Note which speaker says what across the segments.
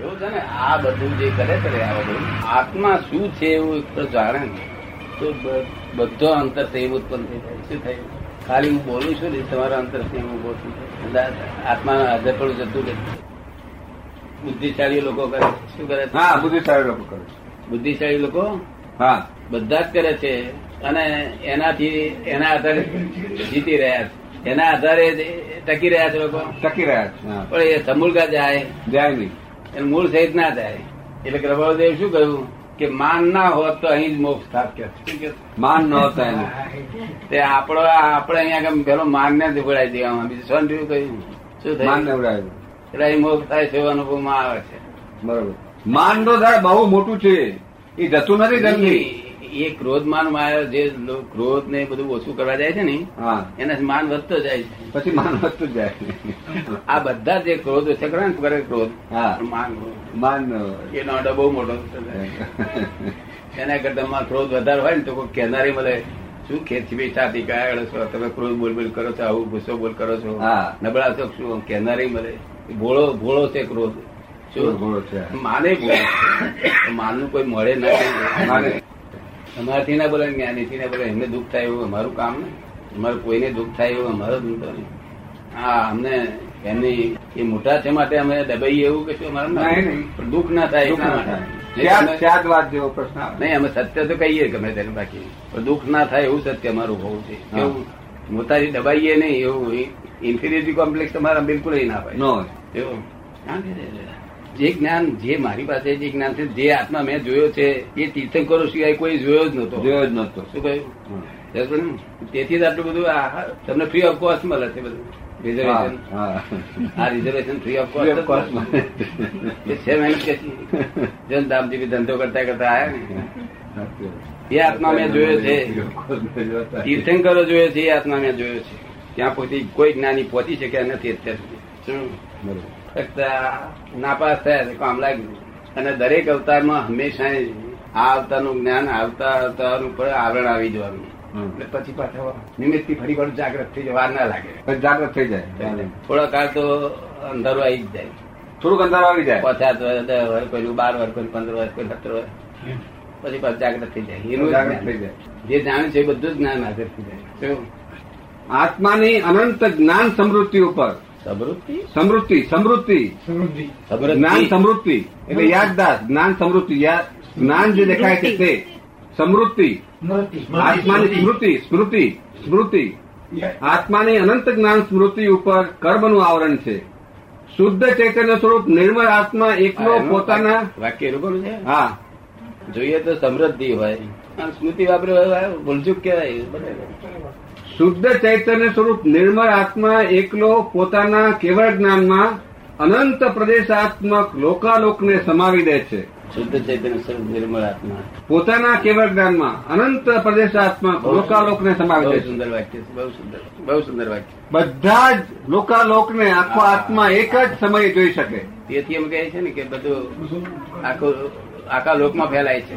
Speaker 1: એવું છે ને આ બધું જે કરે છે ને આ બધું આત્મા શું છે એવું એક તો જાણે ને, તો બ- બધો અંતર થઈ ઉત્પન્ન થઈ જાય શું થયું ખાલી હું બોલું છું ને તમારા અંતર થી હું બોલું છું એટલે આત્મા હાજર પણ જતું રહે બુદ્ધિશાળી લોકો કરે છે. શું કરે છે?
Speaker 2: હા બુદ્ધિશાળી લોકો કરે છે.
Speaker 1: બુદ્ધિશાળી લોકો
Speaker 2: હા
Speaker 1: બધા જ કરે છે અને એનાથી એના આધારે જીતી રહ્યા છે એના આધારે જ ટકી રહ્યા છે લોકો
Speaker 2: ટકી રહ્યા છે હા.
Speaker 1: પણ એ સમૂળગા જાય
Speaker 2: જાય નહીં
Speaker 1: એનું મૂળ સહિત ના જાય એટલે કે રબાળદેવ શું કહ્યું કે માન ના હોત તો અહીં જ મોક્ષ થાત કે શું કહે?
Speaker 2: માન નહોતા એને
Speaker 1: તે આપણો આપણે અહીંયા આગળ પેલો માન ને જ ઉગડાવી દેવામાં બીજું શું થયું કહ્યું શું
Speaker 2: માન
Speaker 1: થયું
Speaker 2: નવડાવ્યું
Speaker 1: એટલે અહીં મોક્ષ થાય છે એવો અનુભવમાં આવે છે
Speaker 2: બરોબર માન નો દર બહુ મોટું છે એ જતું નથી જલ્દી
Speaker 1: એ ક્રોધ માન માં જે ક્રોધ ને એ બધું ઓછું કરવા જાય છે ને
Speaker 2: હા
Speaker 1: એને માન વધતો જાય છે
Speaker 2: પછી માન વધતું જાય નહીં.
Speaker 1: આ બધા જે ક્રોધ છે કરે ને કરે ક્રોધ
Speaker 2: હા.
Speaker 1: માન
Speaker 2: માન
Speaker 1: એનો આડો બહુ મોટો એના કરતા માં ક્રોધ વધારે હોય ને તો કોઈ કહેનારી મળે શું ખેંચી બી છાતી કાયળ છો તમે ક્રોધ બોલ બોલ કરો છો આવું ગુસ્સો બોલ કરો છો
Speaker 2: હા.
Speaker 1: નબળા છો શું કહેનારી મળે ભોળો ભોળો છે ક્રોધ શું
Speaker 2: ઘોડો છે
Speaker 1: માને ભોળો છે. તો માનનું કોઈ મળે ના
Speaker 2: માને.
Speaker 1: અમારાથી ના બોલે જ્ઞાનીથી ના બોલે એમને દુઃખ થાય એવું અમારું કામ ને અમારું કોઈને દુઃખ થાય એવું અમારો ધંધો નહીં હા અમને એમની એ મોટા છે માટે અમે દબાઈએ એવું કશું અમારે ના.
Speaker 2: નહીં, નહીં.
Speaker 1: પણ દુઃખ ના થાય
Speaker 2: દુઃખ
Speaker 1: એટલા
Speaker 2: ના
Speaker 1: માટે.
Speaker 2: થાય.
Speaker 1: નહીં,
Speaker 2: ત્યાં-
Speaker 1: અમે-
Speaker 2: ત્યાં જ વાત જેવો પ્રશ્ન આવે
Speaker 1: નહીં અમે સત્ય તો કહીએ ગમે તેને બાકી પણ દુઃખ ના થાય એવું સત્ય અમારું હોવું છે
Speaker 2: હા.
Speaker 1: એવું મોટાથી દબાઈએ નહીં એવું ઇન્ફિરિટી કોમ્પ્લેક્સ તમારા બિલકુલ ય ના પાય
Speaker 2: નો
Speaker 1: એવું ના કહેવાય. જે જ્ઞાન જે મારી પાસે જે જ્ઞાન છે જે આત્મા મેં જોયો છે એ તીર્થંકરો સિવાય કોઈ જોયો જ નતો
Speaker 2: જોયો જ નહોતો
Speaker 1: શું કહ્યું
Speaker 2: હા.
Speaker 1: સમજો ને? તેથી જ આટલું બધું આ તમને ફ્રી ઓફ કોસ્ટ મળે છે બધું રિઝર્વેશન
Speaker 2: હા,
Speaker 1: આ reservation free of
Speaker 2: Free of
Speaker 1: cost
Speaker 2: cost
Speaker 1: જ
Speaker 2: મળે.
Speaker 1: મળે. એ છે મહેનત કે છે. જેમ દામજી બી ધંધો કરતા કરતા આયા
Speaker 2: હા.
Speaker 1: ને એ આત્મા મેં જોયો છે તીર્થંકરો જોયો છે એ આત્મા મેં જોયો છે ત્યાં પોતી કોઈ જ્ઞાની પહોંચી શક્યા નથી અત્યાર સુધી શું?
Speaker 2: બરોબર.
Speaker 1: ફક્ત આ નાપાસ થયા છે કામ લાગ્યું અને દરેક અવતારમાં હંમેશા એ આ અવતારનું જ્ઞાન આવતા અવતાર ઉપર આવરણ આવી જવાનું
Speaker 2: હમ.
Speaker 1: એટલે પછી પાછા નિમિત્તથી ફરી વાર જાગ્રત થઈ જવા ના લાગે
Speaker 2: પછી જાગ્રત થઈ જાય
Speaker 1: થોડા કાળ તો અંધારું આવી જ જાય
Speaker 2: થોડુંક અંદર આવી જાય
Speaker 1: પચાસ વર્ષ દસ વર્ષ કોઈ બાર વર્ષ કોઈ પંદર વર્ષ કોઈ સત્તર વર્ષ પછી પાછું જાગ્રત થઈ જાય એનું જ
Speaker 2: જાગ્રત થઈ
Speaker 1: જ્ઞાન.
Speaker 2: જાય
Speaker 1: જે જાણે છે એ બધું જ જ્ઞાન હાજર થઈ જાય શું?
Speaker 2: આત્માની અનંત જ્ઞાન સમૃદ્ધિ ઉપર
Speaker 1: સમૃદ્ધિ
Speaker 2: સમૃદ્ધિ સમૃદ્ધિ જ્ઞાન
Speaker 1: સમૃદ્ધિ
Speaker 2: સમૃદ્ધિ એટલે યાદદાસ્ત જ્ઞાન સમૃદ્ધિ યાદ જ્ઞાન જે દેખાય છે તે સમૃદ્ધિ આત્માની સ્મૃતિ સ્મૃતિ સ્મૃતિ આત્માની અનંત જ્ઞાન સ્મૃતિ ઉપર કર્મનું આવરણ છે શુદ્ધ ચૈતન્ય સ્વરૂપ નિર્મળ આત્મા એકનો પોતાના
Speaker 1: વાક્ય એનું કોનું છે
Speaker 2: હા
Speaker 1: જોઈએ તો સમૃદ્ધિ હોય અને સ્મૃતિ વાપરે હોય ભૂલચૂક કહેવાય બરાબર.
Speaker 2: શુદ્ધ ચૈતન્ય સ્વરૂપ નિર્મળ આત્મા એકલો પોતાના કેવળ જ્ઞાનમાં અનંત પ્રદેશાત્મક લોકાલોકને સમાવી દે છે
Speaker 1: શુદ્ધ ચૈતન્ય સ્વરૂપ નિર્મળ આત્મા
Speaker 2: પોતાના કેવળ જ્ઞાનમાં અનંત પ્રદેશાત્મક લોકાલોકને સમાવી દે
Speaker 1: બહુ
Speaker 2: છે
Speaker 1: સુંદર વાક્ય છે બહુ સુંદર બહુ સુંદર વાક્ય
Speaker 2: બધા જ લોકાલોકને આખો આત્મા એક જ સમયે જોઈ શકે
Speaker 1: તેથી એમ કહે છે ને કે બધું આખું આખા લોકમાં ફેલાય છે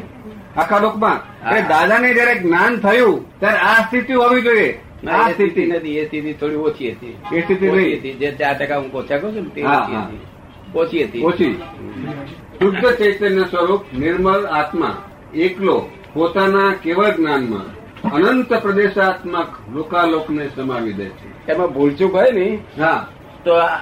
Speaker 2: આખા લોકમાં એટલે દાદાને જયારે જ્ઞાન થયું ત્યારે આ સ્થિતિ હોવી જોઈએ
Speaker 1: ના,
Speaker 2: આ
Speaker 1: એ સ્થિતિ
Speaker 2: સ્થિતિ
Speaker 1: નથી એ સ્થિતિ થોડી ઓછી હતી
Speaker 2: એ સ્થિતિ નહીં.
Speaker 1: ઓછી હતી. જે ચાર ટકા હું ઓછા કહું છું ને તે
Speaker 2: હા,
Speaker 1: ઓછી
Speaker 2: હા.
Speaker 1: હતી ઓછી હતી
Speaker 2: ઓછી શુદ્ધ ચૈતન્ય સ્વરૂપ નિર્મળ આત્મા એકલો પોતાના કેવળ જ્ઞાનમાં અનંત પ્રદેશાત્મક લોકાલોકને સમાવી દે છે
Speaker 1: એમાં ભૂલચૂક હોય ને
Speaker 2: હા
Speaker 1: તો આ-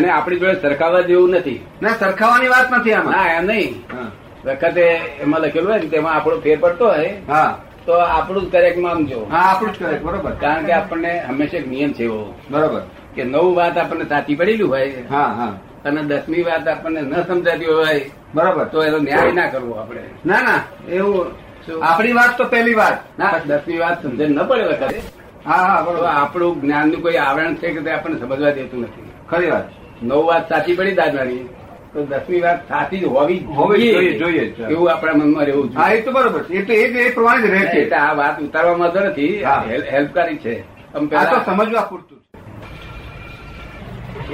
Speaker 1: એને આપણી જોડે સરખાવા જેવું નથી
Speaker 2: ના સરખાવાની વાત નથી આમાં
Speaker 1: ના એમ નહીં
Speaker 2: હા.
Speaker 1: વખતે એમાં લખેલું હોય ને તેમાં આપણો ફેર પડતો હોય
Speaker 2: હા
Speaker 1: તો આપણું જ કરેક્ટ માનજો
Speaker 2: હા આપણું જ કરે બરોબર
Speaker 1: કારણ કે આપણને હંમેશા એક નિયમ છે એવો
Speaker 2: બરોબર
Speaker 1: કે નવ વાત આપણને સાચી પડેલી હોય
Speaker 2: હા હા
Speaker 1: અને દસમી વાત આપણને ન સમજાતી હોય
Speaker 2: બરોબર
Speaker 1: તો એનો ન્યાય ના કરવો આપણે
Speaker 2: ના ના એવું
Speaker 1: શું?
Speaker 2: આપણી વાત તો પહેલી વાત
Speaker 1: ના દસમી વાત સમજણ ન પડે વખતે
Speaker 2: હા હા
Speaker 1: તો
Speaker 2: બરોબર
Speaker 1: આપણું જ્ઞાનનું કોઈ આવરણ છે કે તે આપણને સમજવા દેતું નથી
Speaker 2: ખરી વાત
Speaker 1: નવ વાત સાચી પડી દાદવાની તો દસમી વાત સાચી જ હોવી
Speaker 2: હોવી જોઈએ, જોઈએ જ.
Speaker 1: એવું આપણા મનમાં રહેવું જોઈએ
Speaker 2: હા એ તો બરોબર છે. એ તો એ જ- એ પ્રમાણે જ રહે
Speaker 1: એટલે
Speaker 2: છે
Speaker 1: આ વાત ઉતારવામાં તો નથી
Speaker 2: હા.
Speaker 1: હેલ- હેલ્પકારી છે આમ
Speaker 2: આ તો
Speaker 1: પહેલા-
Speaker 2: સમજવા પૂરતું છે.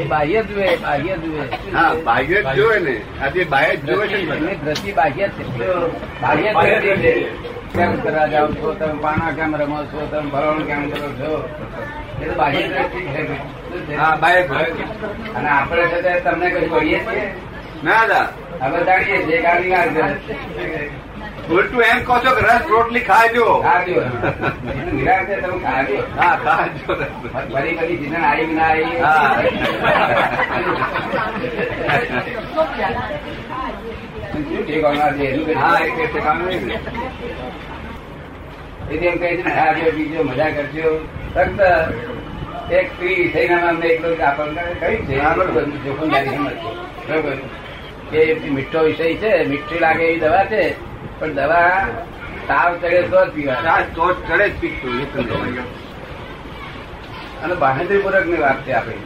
Speaker 1: એ બાહ્ય જુએ બાહ્ય જુએ
Speaker 2: હા બાહ્ય જ જોવે ને આજે બાહ્ય જ જોવે છે ને બધા.
Speaker 1: એમની દ્રષ્ટિ બાહ્ય છે બાહ્ય દ્રષ્ટિ છે. કેમ કરવા જાઓ છો તમે પાણા કેમ રમો છો તમે ભરણ કેમ કરો છો એ તો બાહ્ય દ્રષ્ટિ છે. શું છે?
Speaker 2: હા બાહ્ય જ જોવે.
Speaker 1: અને આપણે છે તે તમને કઈ કહીએ છીએ
Speaker 2: ના દાદા
Speaker 1: અમે જાણીએ છીએ કે આ વિકાર છે.
Speaker 2: ઉલટું એમ કહો છો કે રસ રોટલી ખાજો
Speaker 1: આ જો. એનું વિકાર છે તમે ખાજો
Speaker 2: હા ખાજો રસ.
Speaker 1: ફરી ફરી season આવી કે ના આવી
Speaker 2: હા.
Speaker 1: પણ શું ઠેકાણું આ દેહનું કે
Speaker 2: હા એ કહે છે કામ નહીં ને.
Speaker 1: એ જેમ કહે છે ને, હા જો બીજો મજા કરજો ફક્ત એક સ્ત્રી થઈને અમને એકલો જ આપણને કહ્યું છે
Speaker 2: હા, બરોબર.
Speaker 1: જોખમદારી સમજજો. બરોબર કે મીઠો વિષય છે મીઠી લાગે એવી દવા છે પણ દવા તાવ ચડે તો જ પીવા
Speaker 2: આ તો ચડે જ પીકતું એ સમજાય.
Speaker 1: અને બહાદરી પૂર્વક ની વાત છે આપણે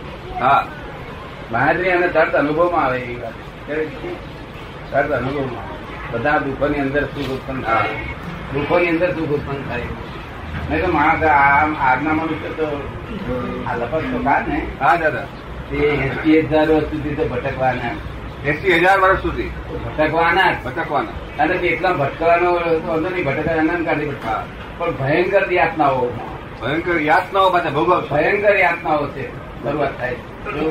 Speaker 2: હા
Speaker 1: બહાદરી અને તર્ત અનુભવમાં આવે એવી વાત છે. તર્ત અનુભવમાં આવે. બધા દુઃખોની અંદર સુખ ઉત્પન્ન થાય દુઃખોની અંદર સુખ ઉત્પન્ન થાય નહીં તો માણસ આમ આજના મનુષ્ય તો આ લપસ તો ખા ને
Speaker 2: હા દાદા
Speaker 1: તે એસી હજાર વર્ષ સુધી તો ભટકવાના
Speaker 2: એસી હજાર વર્ષ સુધી
Speaker 1: ભટકવાના જ.
Speaker 2: ભટકવાના
Speaker 1: અને કેટલા ભટકવાનો વાંધો નહીં ભટકવા અનંત કાઢી ભટકા પણ ભયંકર યાતનાઓ
Speaker 2: ભયંકર યાતનાઓ પાસે ભોગવશો
Speaker 1: ભયંકર યાતનાઓ છે શરૂઆત થાય છે. જો,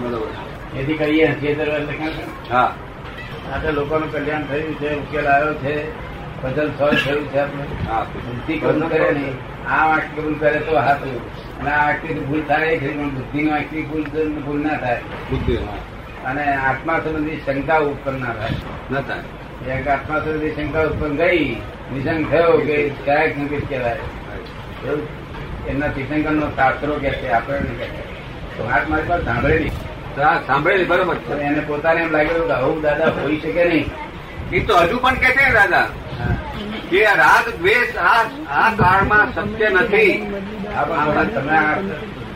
Speaker 2: બરોબર
Speaker 1: એથી કહીએ એસી હજાર વર્ષ લખાણ
Speaker 2: હા
Speaker 1: આજે લોકોનું કલ્યાણ થયું છે ઉકેલ આવ્યો છે પઝલ સોલ્વ થયું છે આપણે
Speaker 2: હા
Speaker 1: બુદ્ધિ કબૂલ કરે નહીં આ વાંક કબૂલ કરે તો હાથું અને આ વાંકથી ભૂલ થાય ખરી પણ બુદ્ધિની વાંકથી ભૂલ ભૂલ ના થાય
Speaker 2: બુદ્ધિ હા.
Speaker 1: અને આત્મા સંબંધી શંકા ઉત્પન્ન ના થાય
Speaker 2: ન થાય
Speaker 1: એક આત્મા સંબંધી શંકા ઉત્પન્ન ગઈ નિશંક થયો કે કયા સંકેત કહેવાય એવું એમના તીશંકરનો શાસ્ત્રો કે છે આપણે નહીં કહેવાય. તો વાત મારી પાસે સાંભળેલી
Speaker 2: તો આ સાંભળેલી બરોબર
Speaker 1: પણ
Speaker 2: છે
Speaker 1: એને પોતાને એમ લાગ્યું કે આવું દાદા હોઈ શકે નહીં
Speaker 2: એ તો હજુ પણ કે છે ને દાદા
Speaker 1: હા.
Speaker 2: કે આ રાગ દ્વેષ આ આ કાળમાં સત્ય નથી
Speaker 1: આ પણ તમે આ-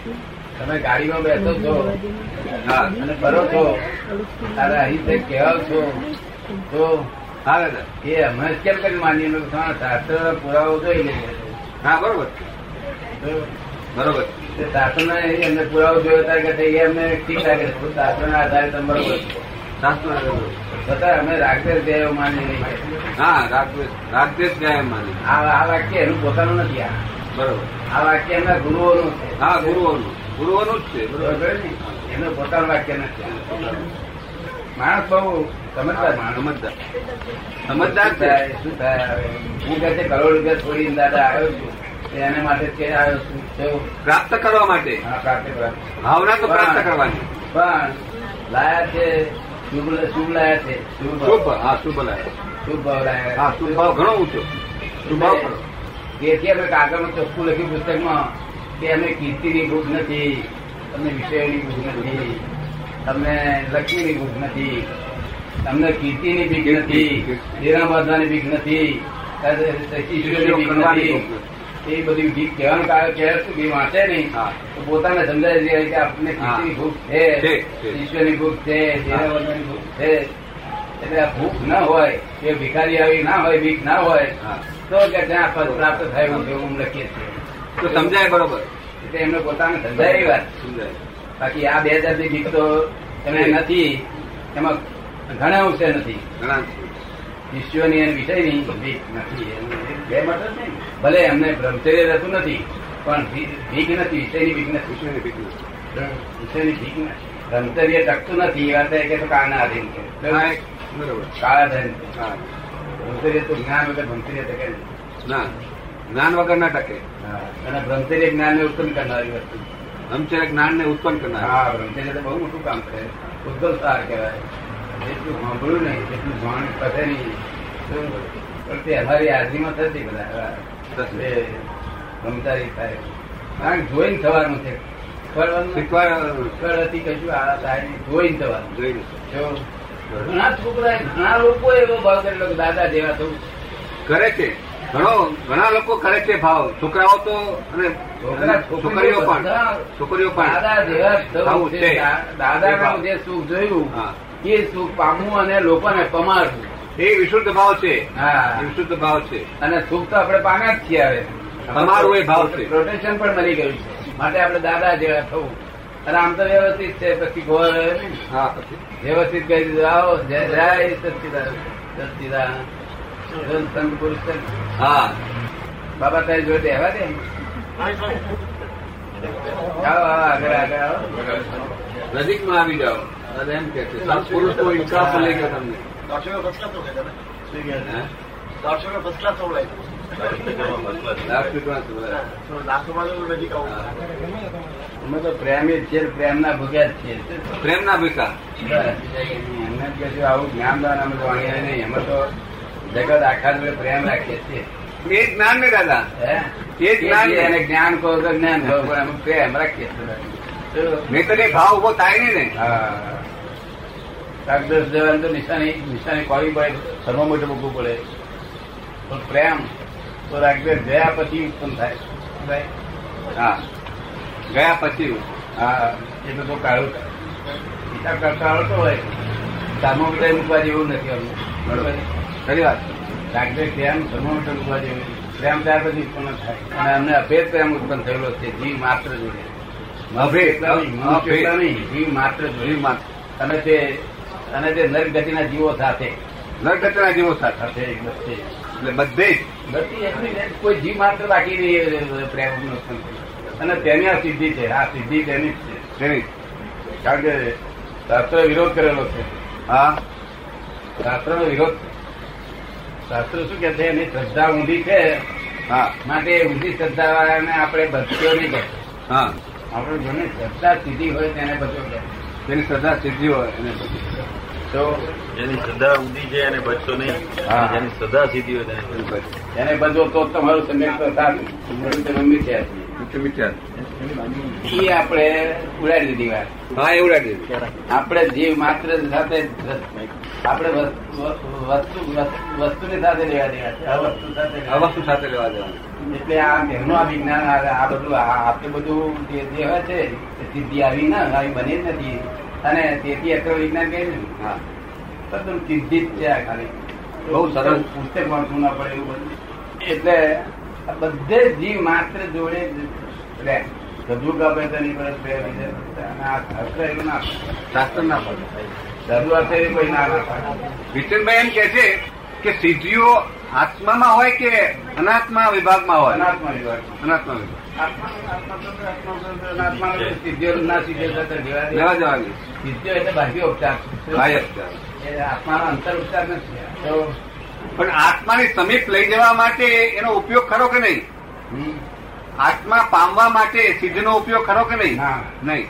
Speaker 1: તમે ગાડીમાં બેસો છો
Speaker 2: હા
Speaker 1: અને ફરો છો તારા અહીં તે કહેવાઓ છો તો
Speaker 2: હા દાદા
Speaker 1: એ અમે જ કેમ કરી માનીએ અમે તમારા શાસ્ત્ર પુરાવો જોઈ લઈએ
Speaker 2: હા બરોબર છે.
Speaker 1: તો
Speaker 2: બરોબર છે.
Speaker 1: તે શાસ્ત્રના એ અમને પુરાવો જોયો ત્યારે કે તે એ અમને ઠીક લાગે છે. શાસ્ત્રના આધારે તમે બરોબર છો.
Speaker 2: શાસ્ત્રના બરોબર છે.
Speaker 1: છતાં અમે રાગદેર દેવ માની નહીં
Speaker 2: હા રાગ દ્વેષ રાગ દ્વેષ જાય એમ માની
Speaker 1: આ આ વાક્ય એનું પોતાનું નથી આ
Speaker 2: બરોબર
Speaker 1: આ વાક્ય એમના ગુરુઓનું છે
Speaker 2: હા ગુરુઓનું ગુરુઓનું જ છે બરોબર
Speaker 1: બરોબર ને? એનું પોતાનું વાક્ય નથી માણસ બહુ સમજદાર માણસ
Speaker 2: સમજદાર
Speaker 1: સમજદાર
Speaker 2: સમજદાર છે
Speaker 1: થાય, શું થાય હવે? હું કહે છે કરોડ રૂપિયા છોડીને દાદા આવ્યો છું તો એને માટે કે આવ્યો છું કેવું?
Speaker 2: પ્રાપ્ત કરવા માટે
Speaker 1: હા, પ્રાપ્ત પ્રાપ્ત.
Speaker 2: ભાવના તો પ્રાપ્ત કરવાની
Speaker 1: પણ લાયા છે શુભ શુભ લાયા છે શુભ
Speaker 2: શુભ
Speaker 1: ભાવ
Speaker 2: હા શુભ લાગે
Speaker 1: શુભ ભાવ લાયા
Speaker 2: હા
Speaker 1: છે.
Speaker 2: શુભ ભાવ ઘણો ઊંચો શુભ ભાવ ઘણો
Speaker 1: તેથી અમે કાગળમાં ચોખ્ખું લખ્યું પુસ્તકમાં કે અમે કીર્તિની ભૂખ નથી અમને વિષયોની ભૂખ નથી અમને લક્ષ્મીની ભૂખ નથી અમને કીર્તિની ભીખ નથી દેરા બાંધવાની ભીખ નથી ઈશ્વરની ભીખ નથી. એ બધી ભીખ કહેવાનું કારણ કે શું કે વાંચે નહીં
Speaker 2: હા.
Speaker 1: તો પોતાને સમજાય છે કે આપણને કીર્તિની
Speaker 2: હા.
Speaker 1: ભૂખ છે
Speaker 2: છે, છે.
Speaker 1: ઈશ્વરની ભૂખ છે દેરા બાંધવાની ભૂખ છે એટલે આ ભૂખ ના હોય કે ભિખારી આવી ના હોય ભીખ ના હોય
Speaker 2: હા
Speaker 1: તો કે ત્યાં પદ પ્રાપ્ત થયું છે એવું લખીએ છીએ
Speaker 2: તો સમજાય બરોબર
Speaker 1: એટલે એમને પોતાને ધંધાય એવી વાત
Speaker 2: સમજાય
Speaker 1: બાકી આ બે હજાર ભીખ તો એને નથી એમાં ઘણા અંશે નથી
Speaker 2: ઘણા છે.
Speaker 1: શિષ્યોની અને વિષયની ભીખ નથી એનું બે મત જ નહીં. ભલે એમને બ્રહ્મચર્ય રહેતું નથી પણ ભી- ભીખ નથી વિષયની ભીખ નથી
Speaker 2: વિષ્ણુની ભીખની.
Speaker 1: વિષયની ભીખ નથી બ્રહ્મચર્ય ટકતું નથી એ વાત એ કે તો કાળના આધીન છે
Speaker 2: હા એક બરોબર
Speaker 1: કાળા ધન છે.
Speaker 2: હા
Speaker 1: બ્રહ્મચર્ય તો જ્ઞાન વગર બ્રહ્મચર્ય ટકે નહીં.
Speaker 2: ના જ્ઞાન વગર ના ટકે
Speaker 1: અને બ્રહ્મચર્ય જ્ઞાનને ઉત્પન્ન કરનારી વસ્તુ છે.
Speaker 2: હમચરક જ્ઞાન ને ઉત્પન્ન કરનાર
Speaker 1: હા બ્રહ્મચર્ય તો બહુ મોટું કામ છે ઉદ્ધવ સાર કહેવાય જેટલું સાંભળ્યું નહીં જેટલું જાણ પતે નહીં પણ તે અમારી હાજરીમાં થતી બધા
Speaker 2: થશે.
Speaker 1: એ બ્રહ્મચારી થાય કારણ કે જોઈને થવાનું છે ફળવાનું
Speaker 2: શીખવા
Speaker 1: ફળથી કશું આ થાય નહીં. જોઈને થવાનું
Speaker 2: જોઈ લેશે.
Speaker 1: જો
Speaker 2: બરોબર.
Speaker 1: ઘણા છોકરા ઘણા લોકો એવો ભાવ કરેલો કે દાદા જેવા થવું
Speaker 2: કરે છે ઘણો ઘણા લોકો કરે છે ભાવ છોકરાઓ તો અને
Speaker 1: છોકરા-
Speaker 2: છોકરીઓ પણ
Speaker 1: બધા
Speaker 2: છોકરીઓ પણ
Speaker 1: દાદા જેવા જ થવું
Speaker 2: થવું
Speaker 1: છે
Speaker 2: છે.
Speaker 1: દાદાનું જે સુખ જોયું
Speaker 2: હા
Speaker 1: એ સુખ પામવું અને લોકોને પમાડવું
Speaker 2: એ વિશુદ્ધ ભાવ છે
Speaker 1: હા
Speaker 2: એ વિશુદ્ધ ભાવ છે
Speaker 1: અને સુખ તો આપણે પામ્યા જ છીએ હવે
Speaker 2: તમારું એ ભાવ છે.
Speaker 1: પ્રોટેક્શન પણ મળી ગયું છે માટે આપણે દાદા જેવા થવું અને આમ તો વ્યવસ્થિત છે પછી ગોળ રહ્યો નહીં.
Speaker 2: હા પછી
Speaker 1: વ્યવસ્થિત કહી દીધું આવો જય જય સચિદાન સચિદાન સંત પુરુષ છે.
Speaker 2: હા
Speaker 1: બાબા તારી જોડે રહેવા દે આવો આવો આગળ આગળ આવો
Speaker 2: નજીકમાં આવી જાઓ
Speaker 1: અને એમ કે છે
Speaker 2: પુરુષ તો ઇન્સાફ લઈ ગયો તમને
Speaker 3: ડોક્ટર ફર્સ્ટ ક્લાસ હોય તમે
Speaker 1: હા?
Speaker 3: ડોક્ટર ફર્સ્ટ ક્લાસ હોય
Speaker 1: લાસ્ટ વીકમાં શું બોલાય?
Speaker 3: લાખોમાં તો નજીક આવું
Speaker 1: અમે તો પ્રેમી જ છીએ પ્રેમના ભૂખ્યા જ છીએ
Speaker 2: પ્રેમના ભૂખા
Speaker 1: એમને જ કશું આવું જ્ઞાનદાન અમે તો વાણીએ નહીં અમે તો જગત આખા જોડે પ્રેમ રાખીએ છીએ
Speaker 2: એ જ્ઞાન ને દાદા
Speaker 1: હે?
Speaker 2: એ જ્ઞાન ને.
Speaker 1: એને જ્ઞાન કહો તો જ્ઞાન કહો પણ અમે પ્રેમ રાખીએ છીએ
Speaker 2: નહીં તો એ ભાવ ઉભો થાય નહીં ને
Speaker 1: હા કાગદસ જવાનું તો નિશાની નિશાની કોવી પડે થર્મોમીટર મૂકવું પડે પણ પ્રેમ તો રાગદેશ ગયા પછી ઉત્પન્ન થાય શું થાય?
Speaker 2: હા ગયા પછી
Speaker 1: હા એ બધો કાળો થાય. હિસાબ કરતા આવડતો હોય થર્મોમીટર મૂકવા જેવું નથી અમને બરોબર
Speaker 2: ખરી વાત
Speaker 1: રાગદેશ ગયા ને thermometer મૂકવા જેવું નથી. પ્રેમ ત્યાર પછી ઉત્પન્ન થાય અને અમને અભેદ પ્રેમ ઉત્પન્ન થયેલો છે જીવ માત્ર જોડે
Speaker 2: અભેદ,
Speaker 1: એટલા નહીં, મનુષ્ય
Speaker 2: અભેદ.
Speaker 1: એટલા નહીં, જીવ માત્ર જોડે
Speaker 2: શરીર માં
Speaker 1: અને તે અને તે નર્ક ગતિના જીવો સાથે
Speaker 2: નરકચના જેવો સાથે
Speaker 1: સાથે એક વચ્ચે.
Speaker 2: એટલે બધે જ
Speaker 1: ગતિ એટલી છે કે કોઈ જીવ માત્ર બાકી નહીં એ પ્રેમનું ઉત્પન્ન થયું. અને તેની આ સિદ્ધિ છે આ સિદ્ધિ તેની જ છે
Speaker 2: તેની
Speaker 1: કારણ કે શાસ્ત્ર વિરોધ કરેલો છે
Speaker 2: હા
Speaker 1: શાસ્ત્રનો વિરોધ છે. શાસ્ત્ર શું કે છે એની શ્રદ્ધા ઊંધી છે
Speaker 2: હા
Speaker 1: માટે એ ઊંધી શ્રદ્ધા વાળાને આપણે ભક્તિઓ નહીં કરતો
Speaker 2: હા
Speaker 1: આપણે જેને શ્રદ્ધા સીધી હોય તેને બધો કહે
Speaker 2: તેની શ્રદ્ધા સિદ્ધિ હોય એને બધું.
Speaker 1: તો
Speaker 4: જેની શ્રદ્ધા ઊંધી છે અને બચશો નહીં
Speaker 1: હા.
Speaker 4: જેની શ્રદ્ધા સીધી હોય તેને બચશો.
Speaker 2: બધું બધું.
Speaker 1: એને બધો તો તમારું સમ્યક તો સારું તમારું તમે મિથ્યા છીએ.
Speaker 2: મીઠું મીઠું.
Speaker 1: એ આપણે ઉડાડી દીધી વાત
Speaker 2: હા એવું લાગે
Speaker 1: આપણે જીવ માત્ર સાથે આપણે વસ્તુ- વસ્તુ વસ્તુની સાથે લેવા દેવા છે આ વસ્તુ સાથે
Speaker 2: આ
Speaker 1: લેવા.
Speaker 2: વસ્તુ સાથે લેવા દેવાનું
Speaker 1: એટલે આ એમનું આ વિજ્ઞાન આ આ બધું આ- આપણે બધું જે જે હોય છે એ સિદ્ધિ આવી ના આવી બની જ નથી અને તેથી અત્યારે વિજ્ઞાન કહે છે ને,
Speaker 2: હા
Speaker 1: તદ્દન સિદ્ધિ જ છે આ ખાલી
Speaker 2: બહુ સરસ.
Speaker 1: પુસ્તક વાંચવું ના પડે એવું બધું એટલે આ બધે જ જીવ માત્ર જોડે જ રહે ગજુ કાપે તો નહીં પડે બે બીજે. અને આ શાસ્ત્ર એવું ના પાડે.
Speaker 2: શાસ્ત્ર ના પડે
Speaker 1: જરૂરત એવી કોઈ ના ના પાડે.
Speaker 2: વિચનભાઈ એમ કે છે કે સિદ્ધિઓ આત્મામાં હોય કે અનાત્મા વિભાગમાં હોય
Speaker 1: અનાત્મા વિભાગ.
Speaker 2: અનાત્મા વિભાગ
Speaker 1: આત્મા- આત્મા શબ્દ, આત્મા શબ્દ, અનાત્મા શબ્દ, સિદ્ધિઓ ના સિદ્ધિઓ સાથે લેવા દે.
Speaker 2: લેવા જવાની
Speaker 1: સિદ્ધિઓ એટલે બાહ્ય ઉપચાર છે.
Speaker 2: ભાઈ અત્યારે.
Speaker 1: એ આત્માનો અંતર ઉપચાર નથી તો
Speaker 2: પણ આત્માની સમીપ લઈ જવા માટે એનો ઉપયોગ ખરો કે નહીં
Speaker 1: હમ,
Speaker 2: આત્મા પામવા માટે સિદ્ધિનો ઉપયોગ ખરો કે નહીં
Speaker 1: ના.
Speaker 2: નહીં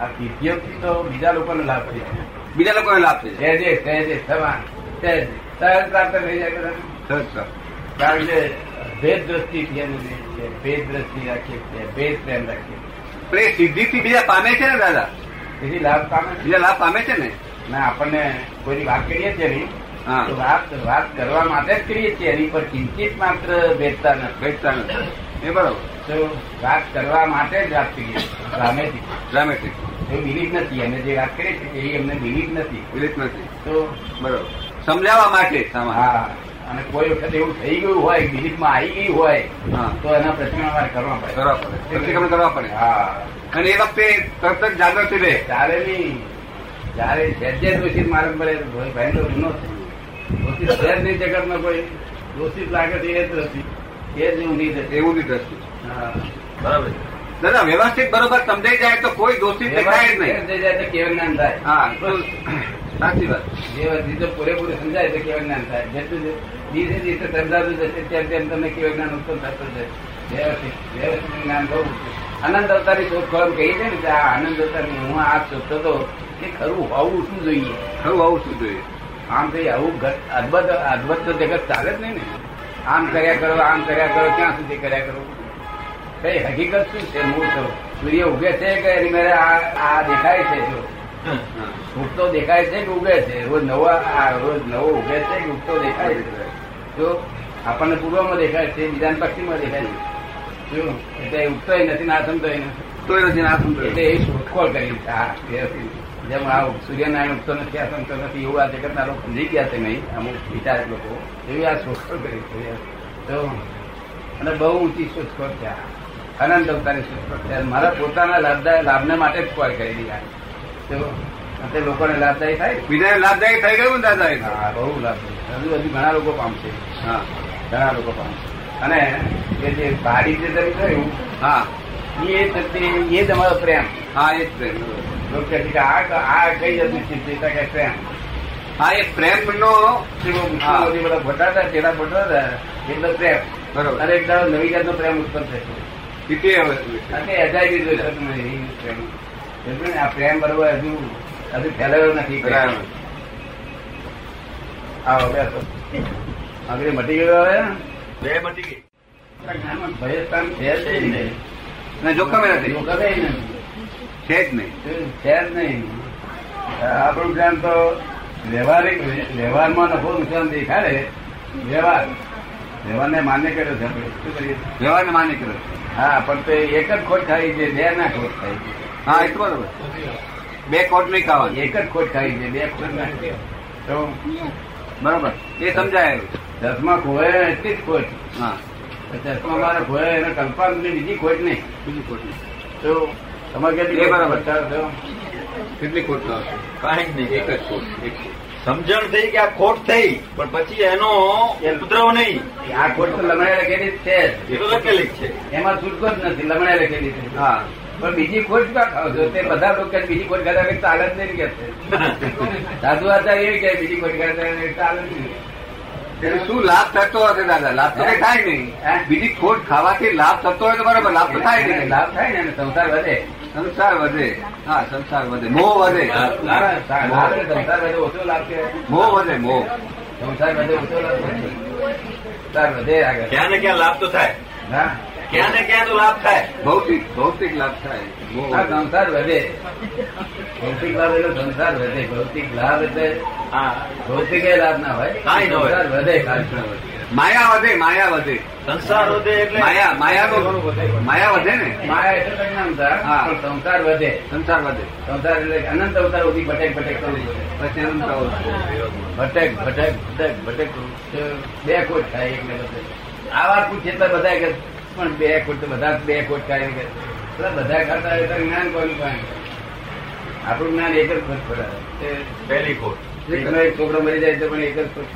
Speaker 1: આ સિદ્ધિઓથી તો બીજા લોકોને લાભ થઈ જાય
Speaker 2: બીજા લોકોને લાભ છે
Speaker 1: સહેજે સહેજે સમાન સહેજ સહજ પ્રાપ્ત થઈ જાય કદાચ.
Speaker 2: સરસ સરસ.
Speaker 1: કારણ કે ભેદ દ્રષ્ટિ થી એનું જે છે, ભેદ દ્રષ્ટિ રાખીએ છીએ ભેદ પ્રેમ રાખીએ છીએ.
Speaker 2: પણ એ સિદ્ધિથી બીજા પામે છે ને દાદા
Speaker 1: તેથી લાભ પામે છે.
Speaker 2: બીજા લાભ પામે છે ને
Speaker 1: ના આપણને કોઈની વાત કરીએ છીએ નહીં
Speaker 2: હા
Speaker 1: તો વાત વાત કરવા માટે જ કરીએ છીએ એની પર ચિંતિત માત્ર ભેદતા નથી
Speaker 2: વેચતા નથી એ બરોબર
Speaker 1: તો વાત કરવા માટે જ વાત કરીએ છીએ સામેથી
Speaker 2: ડ્રામેટિક
Speaker 1: એવું બિલીફ નથી અમે જે વાત કરીએ છીએ એ અમને બિલીફ નથી
Speaker 2: વિલિત નથી
Speaker 1: તો
Speaker 2: બરોબર સમજાવવા માટે સામા.
Speaker 1: હા અને કોઈ વખત એવું થઈ ગયું હોય બિલીફમાં આવી ગઈ હોય
Speaker 2: હા
Speaker 1: તો એના પ્રતિક્રમણ કરવા પડે
Speaker 2: કરવા પડે પ્રતિક્રમણ કરવા પડે
Speaker 1: હા
Speaker 2: અને એ વખતે તરત જ જાગૃતિ રહે
Speaker 1: ચાલે નહીં જયારે સહેજે દોષિત માર્ગ પર એ ભાઈ તો ગુનો છે દોષિત સહેજ નહીં જગતમાં કોઈ દોષિત લાગે તો એ જ દોષિત એ જ ઊંધી જતી
Speaker 2: એવું ની દ્રષ્ટિ
Speaker 1: હા.
Speaker 4: બરાબર છે.
Speaker 2: દાદા વ્યવસ્થિત બરોબર સમજાઈ જાય તો કોઈ દોષિત દેખાય જ
Speaker 1: વ્યવસ્થિત
Speaker 2: નહીં
Speaker 1: થઈ જાય તો કેવું જ્ઞાન થાય
Speaker 2: હા તો સાચી વાત
Speaker 1: જે વસ્તુ તો પૂરેપૂરું સમજાય તો કેવું જ્ઞાન થાય જેટલું જે- ધીરે ધીરે સમજાતું જશે તેમ તેમ તમને કેવું જ્ઞાન ઉત્પન્ન થતું જશે વ્યવસ્થિત વ્યવસ્થિત જ્ઞાન બહુ આનંદ અવતારની શોધખોળ કહીએ છે ને કે આ આનંદ અવતારની હું આ શોધતો હતો એ ખરું હોવું શું જોઈએ
Speaker 2: ખરું આવું શું જોઈએ
Speaker 1: આમ થઈ આવું ઘટ- અદભુત અદભુત તો જગત ચાલે જ નહીં ને આમ કર્યા કરો આમ કર્યા કરો ક્યાં સુધી કર્યા કરો કઈ હકીકત શું છે મૂળ છો સૂર્ય ઉગે છે કે એની મેરે આ આ દેખાય છે જો
Speaker 2: હા.
Speaker 1: ઉગતો દેખાય છે કે ઉગે છે રોજ નવો આ રોજ નવો ઉગે છે કે ઉગતો દેખાય છે જો આપણને પૂર્વમાં દેખાય છે બીજાને પશ્ચિમમાં દેખાય છે જો એટલે ઉગતોય નથી ના સમતોય નથી
Speaker 2: તો એ નથી ના સમજાય
Speaker 1: એટલે એ શોધખોળ કરી છે આ વ્યવસ્થિત. જેમ આ સૂર્યનારાયણ ઉગતો નથી આ સમતો નથી એવું આ જગતના લોકો સમજી ગયા છે નહીં અમુક વિચારક લોકો એવી આ શોધખોળ કરી છે તો અને બહુ ઊંચી શોધખોળ છે આ અનંત અવતારની શોધખોળ છે મારા પોતાના લાભદાય લાભને માટે જ કોલ કરી દીધા તો અત્યારે લોકોને લાભદાયી થાય ને?
Speaker 2: બીજાને લાભદાયી થઈ ગયું ને દાદા એ તો?
Speaker 1: હા બહુ લાભદાયી હજુ હજુ ઘણા લોકો પામશે
Speaker 2: હા
Speaker 1: ઘણા લોકો પામશે અને એ જે બારી જે તમે કહ્યું
Speaker 2: હા
Speaker 1: એ જ તે- એ જ અમારો પ્રેમ
Speaker 2: હા એ જ છે. બરોબર.
Speaker 1: લોકો કહે છે કે આ આ કઈ જતું ચિંતિતા કે પ્રેમ
Speaker 2: હા એ પ્રેમનો
Speaker 1: હા. બધી બધા ભટાતા તેના ભટાતા એટલે પ્રેમ
Speaker 2: બરોબર.
Speaker 1: અને એક દાડો નવી જાતનો પ્રેમ ઉત્પન્ન થશે
Speaker 2: સ્થિતિ હવે શું છે?
Speaker 1: અને એજાઈ લીધો છે તમે એ પ્રેમ સમજો ને? આ પ્રેમ બરોબર હજુ હજુ ફેલાયો નથી પ્રેમ.
Speaker 2: બરાબર.
Speaker 1: આવો બેસો આગળ મટી ગયો હવે
Speaker 4: બે મટી ગઈ
Speaker 1: આમાં ભયસ્થાન છે જ નહીં
Speaker 2: અને જોખમે નથી
Speaker 1: જોખમે નથી
Speaker 2: છે જ નહીં
Speaker 1: છે જ નહીં આપણું જ્ઞાન તો વ્યવહારિક વ્યવહારમાં નફો નુકસાન દેખાડે વ્યવહાર વ્યવહારને માન્ય કર્યો છે આપણે શું કરીએ
Speaker 2: વ્યવહારને માન્ય કર્યો
Speaker 1: હા પણ તે એક જ ખોટ ખાઈ છે બે ના ખોટ ખાઈ
Speaker 2: હા એ તો બરોબર બે કોટ નહીં ખાવાની
Speaker 1: છે એક જ ખોટ ખાઈ છે બે ખોટ ના ખાઈ. તો
Speaker 2: બરોબર એ સમજાય
Speaker 1: ચશ્મા ખોવાય એટલી જ ખોટ
Speaker 2: હા
Speaker 1: ચશ્મા મારે ખોવાય એને કલ્પના બીજી ખોટ નહીં
Speaker 2: બીજી કોટ નહીં
Speaker 1: તો તમારે કેટલી
Speaker 2: એ બરાબર.
Speaker 1: બતાવો તો.
Speaker 2: કેટલી કોટ લાવશે
Speaker 4: કાંઈ જ નહીં
Speaker 2: એક જ કોટ એક કોટ
Speaker 4: સમજણ થઈ કે આ ખોટ થઈ પણ પછી એનો ઉપદ્રવ નહીં
Speaker 1: આ ખોટ તો લમણે લખેલી જ છે
Speaker 4: એ તો લખેલી જ છે
Speaker 1: જ. એમાં છૂટકો જ નથી લમણે લખેલી છે
Speaker 2: હા
Speaker 1: પણ બીજી ખોટ ક્યાં ખાવ છો તે બધા લોકો કહે છે, બીજી ખોટ ખાતા કંઈ ચાલે જ નહીં કે છે. સાધુ આચાર્ય એવી કહે બીજી ખોટ ખાતા કંઈ ચાલે જ નહીં
Speaker 2: એટલે શું લાભ થતો હશે દાદા લાભ તો કઈ થાય નહીં
Speaker 1: હે?
Speaker 2: બીજી ખોટ ખાવાથી લાભ થતો હોય તો બરાબર લાભ તો થાય
Speaker 1: એને
Speaker 2: નહીં
Speaker 1: લાભ થાય ને એને સંસાર વધે
Speaker 2: સંસાર વધે હા સંસાર વધે મોહ વધે
Speaker 4: લાભ-
Speaker 1: ના, ના, લાભ ને સંસાર વધે ઓછો લાભ કે
Speaker 2: મોહ વધે મોહ
Speaker 1: સંસાર વધે ઓછો લાભ કે? સંસાર વધે આગળ
Speaker 4: ક્યાં ને ક્યાં લાભ તો થાય
Speaker 1: હા
Speaker 4: ક્યાં ને ક્યાં તો લાભ થાય
Speaker 2: ભૌતિક ભૌતિક લાભ થાય મોહ
Speaker 1: આ
Speaker 2: વધે.
Speaker 1: સંસાર વધે ભૌતિક લાભ એટલે સંસાર વધે ભૌતિક લાભ એટલે
Speaker 4: હા
Speaker 1: ભૌતિક એ લાભ ના હોય
Speaker 4: કાંઈ ન હોય.
Speaker 1: સંસાર વધે ખાલી.
Speaker 2: માયા વધે માયા વધે
Speaker 4: સંસાર વધે એટલે
Speaker 2: માયા માયાનો માયા વધે ને
Speaker 1: માયા એટલે જ નામ સંસાર
Speaker 2: હા.
Speaker 1: પણ સંસાર વધે
Speaker 2: સંસાર વધે
Speaker 1: સંસાર એટલે અનંત અવતાર સુધી ભટેક ભટેક કરવું પડે.
Speaker 2: પછી એમ થવું છે.
Speaker 1: ભટેક ભટેક ભટેક ભટેક કરવું. તો બે ખોટ ખાય એક ને બધે. આ વાત પૂછીએ તો બધા કે પણ બે ખોટ તો બધા જ બે ખોટ ખાય એમ કે છે. એટલે બધા ખાતા હોય તો જ્ઞાન કોનું કાંઈ? આપણું જ્ઞાન એક જ ખોટ ખોરાક. તે
Speaker 4: પહેલી ખોટ
Speaker 1: એકનો એક છોકરો મરી જાય તો પણ એક જ ખોટ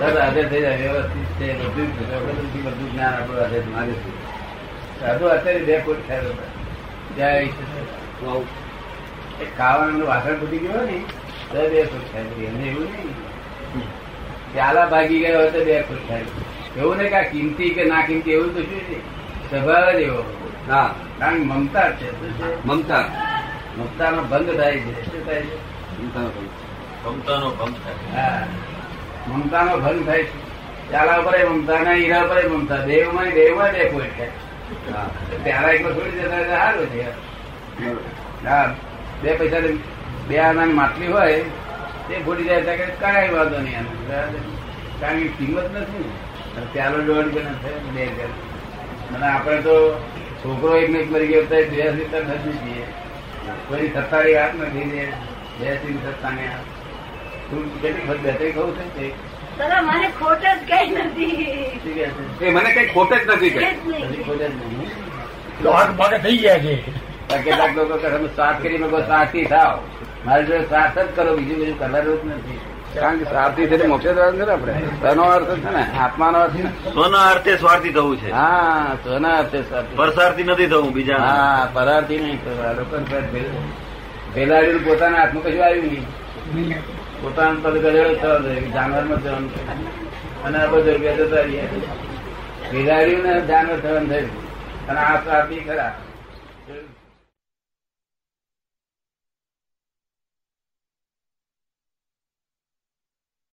Speaker 1: દાદા હાજર થઈ જાય વ્યવસ્થિત છે બધું જ છે. આપણે બધું બધું જ્ઞાન આપણું હાજર મારે છે સાધુ અત્યારે બે ખોટ ખાય જય ઈશ્વર
Speaker 2: વાવ.
Speaker 1: એ ખાવાનું વાસણ ફૂટી ગયું હોય ને તો બે ખુશ થાય છે. એમને એવું નહીં કે આલા ભાગી ગયા હોય તો બે ખુશ થાય છે. એવું નહીં કે આ કિંમતી કે ના કિંમતી એવું તો શું છે સ્વભાવ જ એવો
Speaker 2: હા
Speaker 1: કારણ કે મમતા જ છે શું છે
Speaker 2: મમતા
Speaker 1: મમતાનો ભંગ થાય છે શું થાય છે
Speaker 2: મમતાનો ભંગ.
Speaker 4: ક્ષમતાનો ભંગ થાય
Speaker 1: હા મમતાનો ભંગ થાય છે ચાલા ઉપર મમતા ને હીરા ઉપર મમતા દેવ માં દેવ માં બે કોઈ થાય
Speaker 2: હા
Speaker 1: ત્યારે એકલો છોડી દેતા હોય તો સારું છે
Speaker 2: બરોબર.
Speaker 1: હા બે પૈસા બે આનાની માટલી હોય તે ફૂટી જાય ત્યાં કઈ કાંઈ વાંધો નહીં આનો. બરાબર? કારણ કે કિંમત નથી ને પ્યાલો દોઢ રૂપિયાનો છે બે હજાર અને આપણે તો છોકરો એક ને એક મરી ગયો તો બેસી તો નથી જઈએ કોઈ સત્તાની વાત નથી ને બેસી સત્તાની વાત તું કેટલી ખોટ બેસી ખવું છે તે
Speaker 5: દાદા મને ખોટ જ કઈ નથી
Speaker 1: શું કહે છે
Speaker 2: એ મને કઈ ખોટ જ નથી
Speaker 5: કે
Speaker 2: કઈ
Speaker 5: જ નહીં
Speaker 1: હજી ખોટ જ નહીં.
Speaker 4: થઈ જાય છે
Speaker 1: પણ કેટલાક લોકો કહે તમે સ્વાર્થ કરી લોકો સ્વાર્થી થાવ મારી જોડે સ્વાર્થ જ કરો બીજું બીજું કરવાનું જ નથી
Speaker 2: કારણ કે સ્વાર્થી છે મોક્ષ ને આપણે તેનો અર્થ છે ને
Speaker 1: આત્માનો અર્થ ને
Speaker 4: સોના અર્થે સ્વાર્થી થવું છે
Speaker 1: હા સોના અર્થે સ્વાર્થી
Speaker 4: પરસાર્થી નથી થવું બીજા
Speaker 1: હા પરાર્થી નહીં કરવા લોકોને પેટ ભેલું. ભેલાડેલું પોતાના હાથમાં કશું આવ્યું નહીં પોતાનું પદ ગળેલો થયો છે, જાનવરમાં જવાનું છે. અને આ બધો રૂપિયા જતા રહ્યા ભેલાડ્યું ને જાનવર થવાનું થયું અને આ સ્વાર્થી ખરા